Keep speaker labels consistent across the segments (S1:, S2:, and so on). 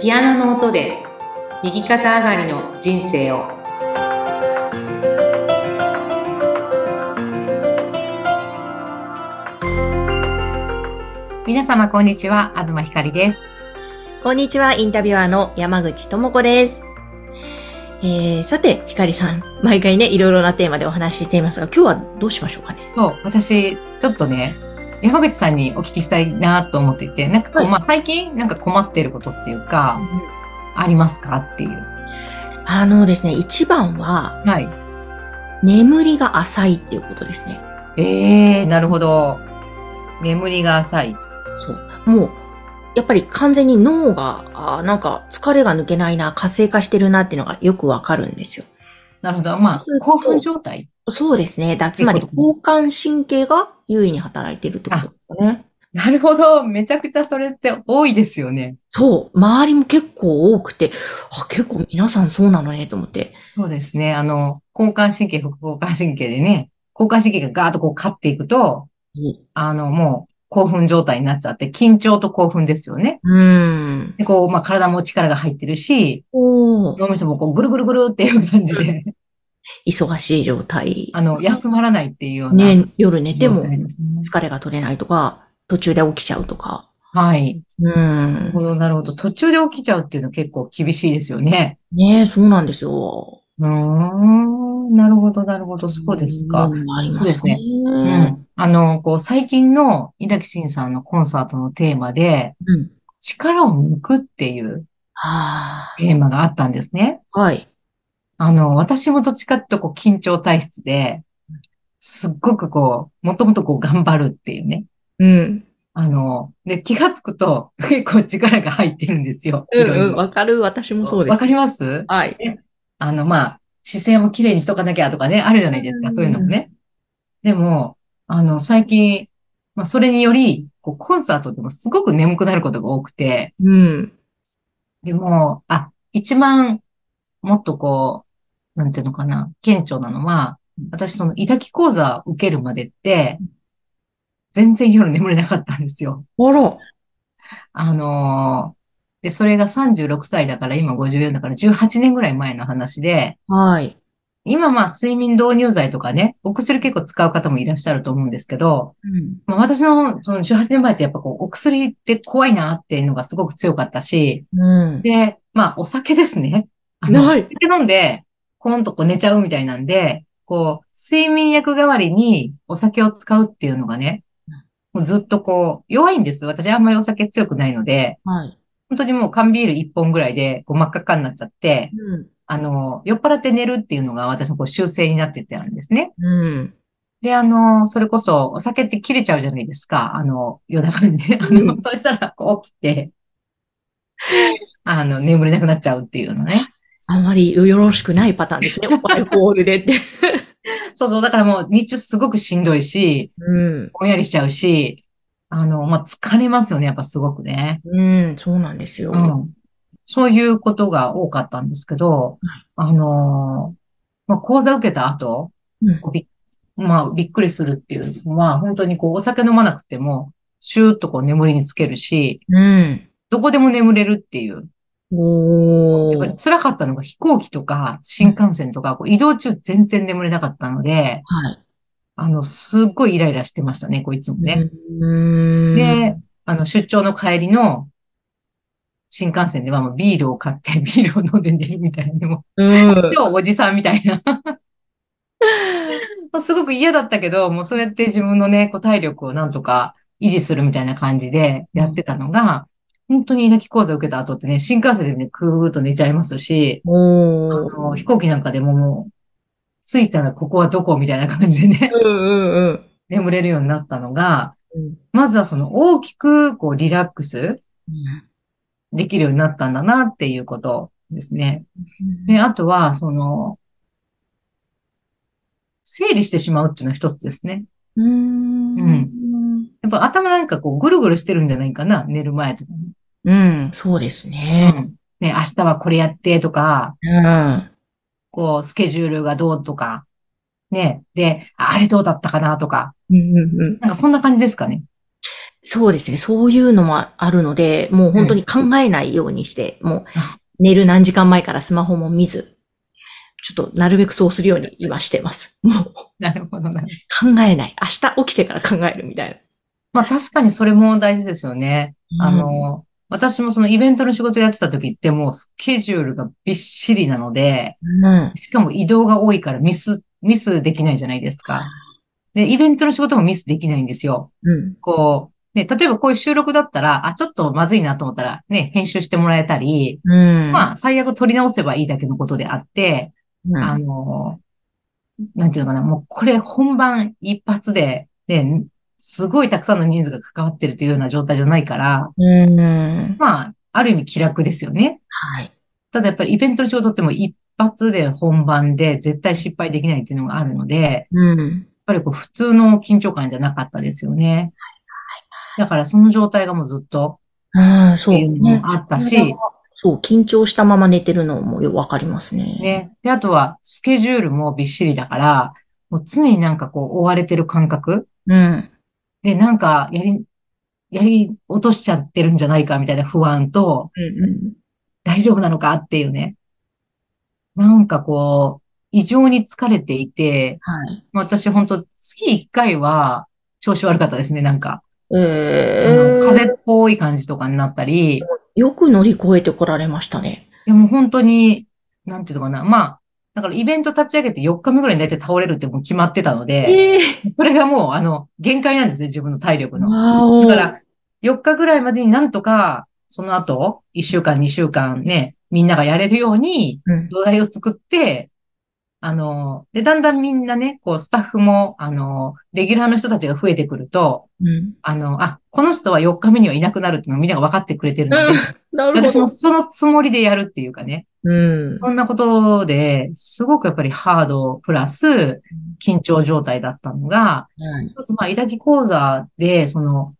S1: ピアノの音で右肩上がりの人生を皆様こんにちは東ひかりです
S2: こんにちは、インタビュアーの山口智子です。えー、さて、ひかりさん、毎回ね、いろいろなテーマでお話ししていますが、今日はどうしましょうかね。
S1: そう私ちょっとね山口さんにお聞きしたいなと思っていてなんかこう、
S2: はい
S1: まあ、最近なんか困ってることっていうか、ありますかっていう
S2: あのですね、一番は、
S1: はい
S2: 眠りが浅いっていうことですね。
S1: えー、なるほど眠りが浅い
S2: そう。もう、やっぱり完全に脳が、あーなんか疲れが抜けないな、活性化してるなっていうのがよくわかるんですよ。
S1: なるほどまあ
S2: ずっと
S1: 興奮状態
S2: そうですね。だつまり、
S1: そういう
S2: 交感神経が優位に働いてるってことですかね。
S1: なるほど。めちゃくちゃそれって多いですよね。
S2: そう。周りも結構多くて、あ、結構皆さんそうなのね、と思って。
S1: そうですね。あの、交感神経、副交感神経でね、交感神経がガーッとこう勝っていくと、あの、もう興奮状態になっちゃって、緊張と興奮ですよね。
S2: うーん。
S1: で、こう、まあ、体も力が入ってるし、
S2: おー
S1: 脳みそもこう、ぐるぐるぐるっていう感じ で、
S2: 忙しい状態。
S1: あの、休まらないっていうような。
S2: ね、夜寝ても
S1: 状態ですね
S2: 疲れが取れないとか、途中で起きちゃうとか。
S1: はい。
S2: う
S1: なる
S2: ー
S1: ほ
S2: ん。
S1: ど、なるほど。途中で起きちゃうっていうの結構厳しいですよね。
S2: ねそうなんですよ。
S1: うーん。なるほど、なるほど。そうですか。
S2: うんあり
S1: そう
S2: ま
S1: ですすね
S2: ね。うん。
S1: あの、こう、最近の稲城真さんのコンサートのテーマで、
S2: うん。
S1: 力を抜くっていう
S2: は
S1: テーマがあったんですね。
S2: あ。はい。
S1: あの、私もどっちかっていうと、こう、緊張体質で、すっごくこう、もともとこう、頑張るっていうね。
S2: うん。
S1: あの、で、気がつくと、結構力が入ってるんですよ。いろいろ
S2: わかる。私も
S1: わかります
S2: はい。
S1: あの、まあ、姿勢も綺麗にしとかなきゃとかね、あるじゃないですか、
S2: うん
S1: そういうのもね。でも、あの、最近、まあ、それにより、こう、コンサートでもすごく眠くなることが多くて、
S2: うん。
S1: でも、あ、一番、もっとこう、なんていうのかな、顕著なのは、私、その、抱き講座受けるまでって、全然夜眠れなかったんですよ。
S2: あら。
S1: あのーで、それが36歳だから、今54だから、18年ぐらい前の話で、
S2: はい。
S1: 今まあ睡眠導入剤とかね、お薬結構使う方もいらっしゃると思うんですけど、
S2: うん。
S1: まあ、私のその18年前ってやっぱこうお薬って怖いなっていうのがすごく強かったし、
S2: うん。
S1: で、まあお酒ですね。あの
S2: ない。
S1: お酒飲んで、コーンとこう寝ちゃうみたいなんで、こう睡眠薬代わりにお酒を使うっていうのがね、もうずっとこう弱いんです。私あんまりお酒強くないので、
S2: はい。
S1: 本当にもう缶ビール1本ぐらいでこう真っ赤っかになっちゃって、
S2: うん。
S1: あの、酔っ払って寝るっていうのが私のこう習性になってってあるんですね。
S2: うん。
S1: で、あの、それこそお酒って切れちゃうじゃないですか。あの、夜中にね。あの、
S2: うん
S1: そうしたらこう起きて、あの、眠れなくなっちゃうっていうのね。
S2: あまりよろしくないパターンで すね。アルコールでって。
S1: そうそう、だからもう日中すごくしんどいし、
S2: うん。
S1: ぼんやりしちゃうし、あの、まあ、疲れますよね、やっぱすごくね。
S2: うん、そうなんですよ。
S1: うん。そういうことが多かったんですけど、あの、まあ、講座受けた後、
S2: うん
S1: まあ、びっくりするっていうのは、本当にこう、お酒飲まなくても、シューッとこう、眠りにつけるし、
S2: うん。
S1: どこでも眠れるっていう。
S2: お
S1: やっぱ
S2: ー
S1: り。辛かったのが飛行機とか、新幹線とか、こう移動中全然眠れなかったので、
S2: はい。
S1: あの、すっごいイライラしてましたね、こう、いつもね。
S2: うーん。
S1: で、あの、出張の帰りの、新幹線ではもうビールを買って、ビールを飲んで寝るみたいな、も
S2: うん
S1: う、。超おじさんみたい な。まあすごく嫌だったけど、もうそうやって自分のね、こう体力をなんとか維持するみたいな感じでやってたのが、本当に抱き講座受けた後ってね、新幹線でね、くーっと寝ちゃいますし、あ
S2: おー。
S1: の飛行機なんかでももう、着いたらここはどこみたいな感じでね、
S2: うんうんうん。
S1: 眠れるようになったのが、
S2: うん
S1: まずはその大きくこうリラックスできるようになったんだなっていうことですね。で、あとは、その、整理してしまうっていうのは一つですね。
S2: うーん
S1: やっぱ頭なんかこうぐるぐるしてるんじゃないかな、寝る前とかに。
S2: うん、そうですね。
S1: ね、明日はこれやってとか、
S2: うん。
S1: こうスケジュールがどうとか、ね、で、ああれどうだったかなとか、
S2: うんうんうん
S1: なんかそんな感じですかね。
S2: そうですね。そういうのもあるので、もう本当に考えないようにして、もう寝る何時間前からスマホも見ず、ちょっとなるべくそうするように今してます。もう
S1: なるほどな。
S2: 考えない。明日起きてから考えるみたいな。
S1: まあ確かにそれも大事ですよね。あの、私もそのイベントの仕事やってた時ってもうスケジュールがびっしりなので、
S2: うん、
S1: しかも移動が多いからミス、ミスできないじゃないですか。で、イベントの仕事もミスできないんですよ。
S2: うん、
S1: こう、ね、例えばこういう収録だったら、あ、ちょっとまずいなと思ったら、ね、編集してもらえたり、
S2: うん。
S1: まあ、最悪取り直せばいいだけのことであって、あの、なんていうのかな、もうこれ本番一発で、ね、すごいたくさんの人数が関わってるというような状態じゃないから、
S2: うん、うん。
S1: まあ、ある意味気楽ですよね。
S2: はい。
S1: ただやっぱりイベントの仕事ってもう一発で本番で絶対失敗できないっていうのがあるので、
S2: うん。
S1: やっぱりこう普通の緊張感じゃなかったですよね。だからその状態がもうずっと
S2: ああ、
S1: っ
S2: そう
S1: ていうの
S2: ね。
S1: もあったし、
S2: そう、緊張したまま寝てるのもよくわかりますね。
S1: ね。で、あとはスケジュールもびっしりだから、もう常になんかこう追われてる感覚
S2: うん。
S1: で、なんかやり、やり落としちゃってるんじゃないかみたいな不安と、
S2: うん
S1: 大丈夫なのかっていうね。なんかこう、異常に疲れていて、
S2: はい。
S1: まあ私本当月1回は調子悪かったですね、なんか。あ
S2: え
S1: の
S2: ー、
S1: 風邪っぽい感じとかになったり、い
S2: よく乗り越えてこられましたね。
S1: やもう本当に、なんていうのかな。まあ、だからイベント立ち上げて4日目ぐらいに大体倒れるってもう決まってたので、
S2: ええ
S1: それがもうあの、限界なんですね、自分の体力の。
S2: わお。
S1: だから、4日ぐらいまでになんとか、その後、1週間、2週間ね、みんながやれるように、
S2: うん、
S1: 土台を作って、あの、で、だんだんみんなね、こう、スタッフも、あの、レギュラーの人たちが増えてくると、
S2: うん。
S1: あの、あ、この人は4日目にはいなくなるっていうのをみんなが分かってくれてるので、
S2: なる
S1: 私
S2: ほ
S1: も
S2: ど。
S1: そのつもりでやるっていうかね、
S2: うん。
S1: そんなことですごくやっぱりハードプラス緊張状態だったのが、
S2: はい
S1: 一つ、まあ、イダキ講座で、その、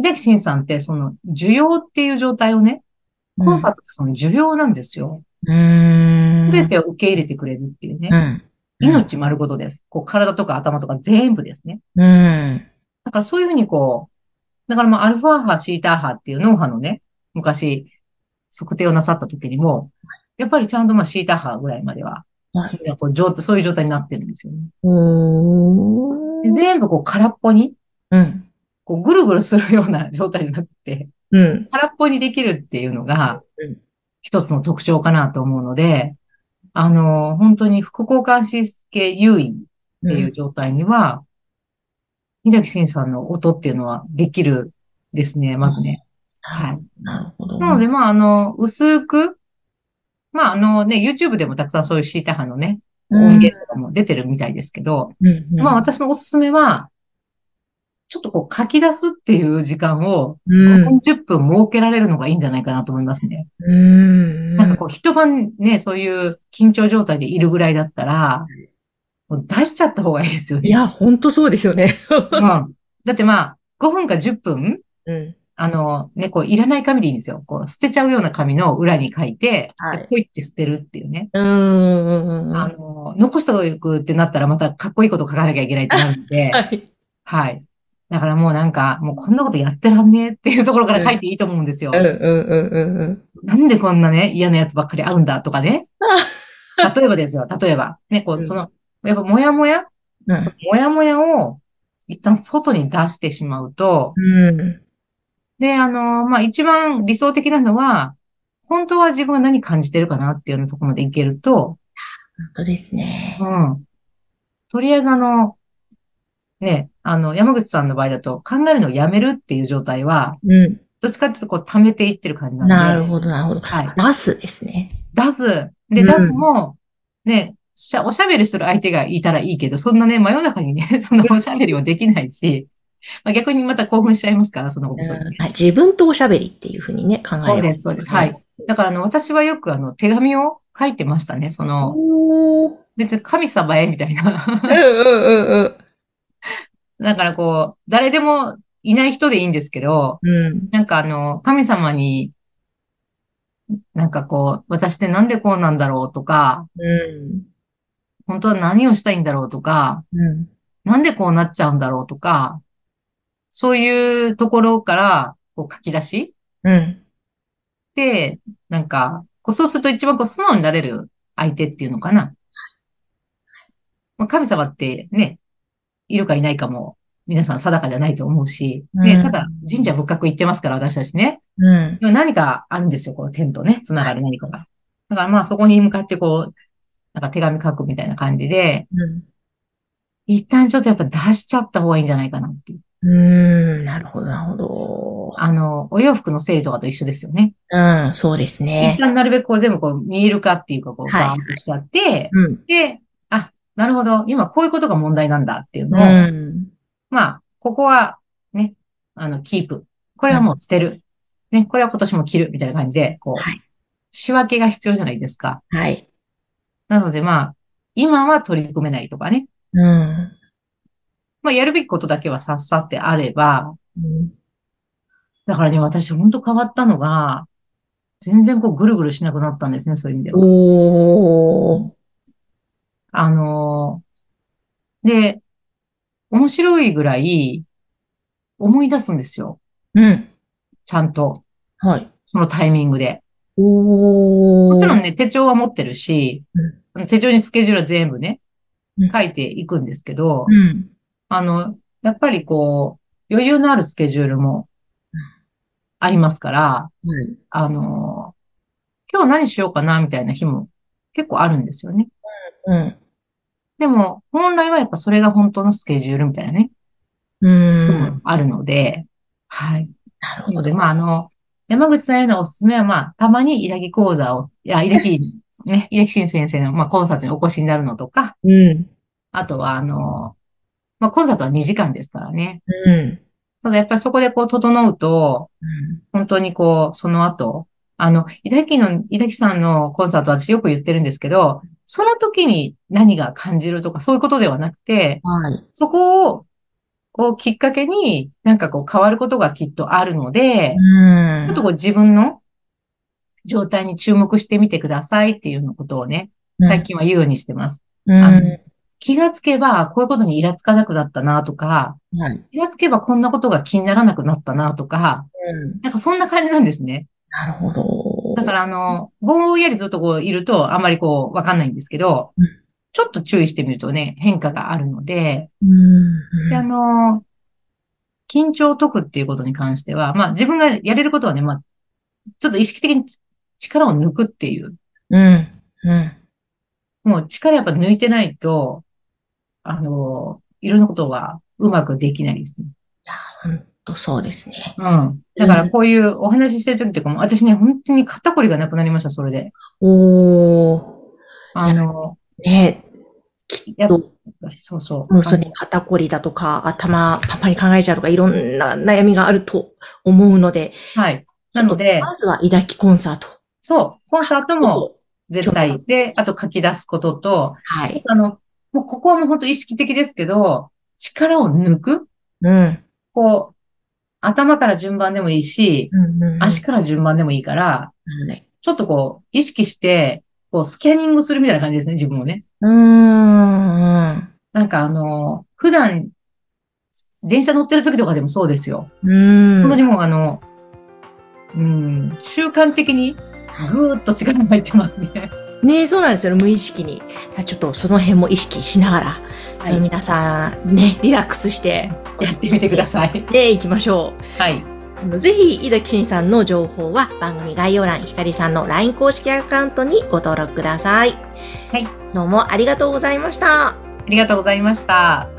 S1: イダキシンさんって、その、需要っていう状態をね、コンサートってその需要なんですよ。
S2: うん。
S1: すべてを受け入れてくれるっていうね
S2: う。ん。
S1: 命丸ごとです。こう、体とか頭とか全部ですね。
S2: うん。
S1: だからそういうふうにこう、だからまあ、アルファ波、シーター波っていう脳波のね、昔、測定をなさった時にも、やっぱりちゃんとまあ、シーター波ぐらいまでは、
S2: はい。
S1: こう状そういう状態になってるんですよね。
S2: お
S1: で
S2: ー。
S1: 全部こう、空っぽに、
S2: うん。
S1: こう、ぐるぐるするような状態じゃなくて、
S2: うん。
S1: 空っぽにできるっていうのが
S2: うん、
S1: 一つの特徴かなと思うので、あの、本当に副交感神経優位っていう状態には、三崎慎さんの音っていうのはできるですね、まずね。はい。
S2: なるほど。
S1: なので、まあ、あの、薄く、まあ、あのね、YouTube でもたくさんそういうシータ派のね、音源とかも出てるみたいですけど、
S2: うん、うん。
S1: まあ、私のおすすめは、ちょっとこう書き出すっていう時間を
S2: うん。
S1: 40分設けられるのがいいんじゃないかなと思いますね。
S2: うん。
S1: なんかこう一晩ね、そういう緊張状態でいるぐらいだったら、もう出しちゃった方がいいですよね。
S2: いや、ほんとそうですよね。
S1: うんだってまあ、5分か10分、
S2: うん。
S1: あの、ね、こう、いらない紙でいいんですよ。こう、捨てちゃうような紙の裏に書いて、
S2: はい
S1: でポイって捨てるっていうね。
S2: うんうんうん。
S1: あの、残しておくってなったらまたかっこいいこと書かなきゃいけないってなるん で、
S2: はい。
S1: はい。だからもうなんか、もうこんなことやってらんねえっていうところから書いていいと思うんですよ
S2: う。んうんうんうんうん。
S1: なんでこんなね、嫌なやつばっかり会うんだとか ね。例えばですよ、例えば。ね、こ
S2: うん
S1: う、その、やっぱもやもや、
S2: うん。
S1: もやもやを一旦外に出してしまうと、
S2: うん。
S1: で、あの、まあ、一番理想的なのは、本当は自分は何感じてるかなっていうようなところまでいけると、
S2: 本当ですね
S1: う。ん。とりあえずあの、ね、あの、山口さんの場合だと考えるのをやめるっていう状態は、
S2: うん。
S1: どっちかっていうとこう溜めていってる感じなんで。
S2: なるほど、なるほど。
S1: はい。
S2: 出すですね。
S1: 出す。で、
S2: うん
S1: 出すも、ね、しゃ、おしゃべりする相手がいたらいいけど、そんなね、真夜中にね、 そんなおしゃべりはできないし、まあ、逆にまた興奮しちゃいますから、そんなことするとね
S2: はい自分とおしゃべりっていうふうにね、考
S1: そ
S2: えれば
S1: うですそうですはい。だから、あの、私はよく、あの、手紙を書いてましたね。その、
S2: おー
S1: 別に神様へ、みたい
S2: うん
S1: な。
S2: うんうん
S1: だから、こう、誰でもいない人でいいんですけど、
S2: うん。うん。
S1: なんか、あの、神様に、なんかこう、私ってなんでこうなんだろうとか、
S2: うん。
S1: 本当は何をしたいんだろうとか、
S2: うん。
S1: なんでこうなっちゃうんだろうとか、そういうところから、こう書き出し
S2: うん。
S1: で、なんか、こうそうすると一番こう素直になれる相手っていうのかな。まあ、神様ってね、いるかいないかも皆さん定かじゃないと思うし、
S2: う
S1: ね、
S2: ん
S1: ただ神社仏閣行ってますから私たちね。
S2: うん。
S1: でも何かあるんですよ、この天とね、つながる何かが。だからまあそこに向かってこう、なんか手紙書くみたいな感じで、
S2: うん。
S1: 一旦ちょっとやっぱ出しちゃった方がいいんじゃないかなっていう。
S2: うーん。なるほど、なるほ
S1: あの、お洋服の整理とかと一緒ですよね。
S2: ど。うん。そうです
S1: 一
S2: ね。
S1: 旦なるべくこう全部こう見える化っていうかこう
S2: はい
S1: バーンとしちゃって、
S2: うん。
S1: で、あ、なるほど、今こういうことが問題なんだっていう
S2: う
S1: のを、
S2: ん。
S1: まあ、ここはね、あの、キープ。これはもう捨てる。ね、これは今年も着るみたいな感じで、こう、
S2: はい
S1: 仕分けが必要じゃないですか。
S2: はい。
S1: なのでまあ、今は取り組めないとかね。
S2: うん。
S1: まあ、やるべきことだけはさっさってあれば、
S2: うん
S1: だからね、私本当変わったのが、全然こうぐるぐるしなくなったんですね、そういう意味では。
S2: おー。
S1: あのーで、面白いぐらい思い出すんですよ。
S2: うん。
S1: ちゃんと、
S2: はい。
S1: そのタイミングで。
S2: おー。
S1: もちろんね、手帳は持ってるし、手帳にスケジュールは全部ね
S2: うん、
S1: 書いていくんですけど、
S2: うん。
S1: あの、やっぱりこう、余裕のあるスケジュールも
S2: うん
S1: ありますから、
S2: はい。
S1: あの、今日何しようかなみたいな日も結構あるんですよね。
S2: うん。
S1: でも、本来はやっぱそれが本当のスケジュールみたいなね、
S2: うん。
S1: あるので、はい。
S2: な
S1: な
S2: るほ
S1: ので、
S2: ど。
S1: まあ、あの、山口さんへのおすすめは、まあ、たまにイラキ講座を、いや、イラキ、ね、イラキ新先生の、まあ、コンサートにお越しになるのとか、
S2: うん。
S1: あとは、あの、まあ、コンサートは2時間ですからね。
S2: うん。
S1: ただやっぱりそこでこう整うと、本当にこう、その後、あの、伊滝の、伊滝さんのコンサート私よく言ってるんですけど、その時に何が感じるとかそういうことではなくて、
S2: はい。
S1: そこを、こうきっかけになんかこう変わることがきっとあるので、
S2: うん。
S1: ちょっとこう自分の状態に注目してみてくださいっていうようなことをね、最近は言うようにしてます。
S2: うん。
S1: あの気がつけば、こういうことにイラつかなくなったなとか、
S2: はい。
S1: 気がつけばこんなことが気にならなくなったなとか、
S2: うん。
S1: なんかそんな感じなんですね。
S2: なるほど。
S1: だからあの、ぼんやりずっとこういるとあんまりこうわかんないんですけど
S2: うん、
S1: ちょっと注意してみるとね、変化があるので、
S2: うん。
S1: であの、緊張を解くっていうことに関しては、まあ自分がやれることはね、まあ、ちょっと意識的に力を抜くっていう、
S2: うん。うん。
S1: もう力やっぱ抜いてないと、あの、いろんなことがうまくできないですね。
S2: 本当そうですね。
S1: うん。だからこういうお話ししてる時とかも、私ね、本当に肩こりがなくなりました、それで。
S2: おー。
S1: あの、
S2: ねきっと、
S1: そうそう。
S2: うん、それに肩こりだとか、頭パンパンに考えちゃうとか、いろんな悩みがあると思うので、
S1: はい。なので、
S2: まずは、抱きコンサート。
S1: そう、コンサートも絶対で、あと書き出すことと、
S2: はい。
S1: あの、もうここはもう本当意識的ですけど、力を抜く
S2: うん。
S1: こう、頭から順番でもいいし、
S2: うんうん
S1: 足から順番でもいいから、
S2: はい。
S1: ちょっとこう、意識して、こう、スキャニングするみたいな感じですね、自分をね。
S2: うーん。うん
S1: なんかあの、普段、電車乗ってる時とかでもそうですよ。
S2: うん。
S1: 本当にもうあの、うん、習慣的にぐーっと力が入ってますね。
S2: ねそうなんですよ。無意識に。ちょっとその辺も意識しながら、
S1: は
S2: ちょっと
S1: い。
S2: 皆さん、ね、リラックスして、
S1: やってみてください。
S2: で、行きましょ
S1: はい。
S2: う。あのぜひ、井戸慎さんの情報は番組概要欄、ひかりさんの LINE 公式アカウントにご登録ください。
S1: はい。
S2: どうもありがとうございました。
S1: ありがとうございました。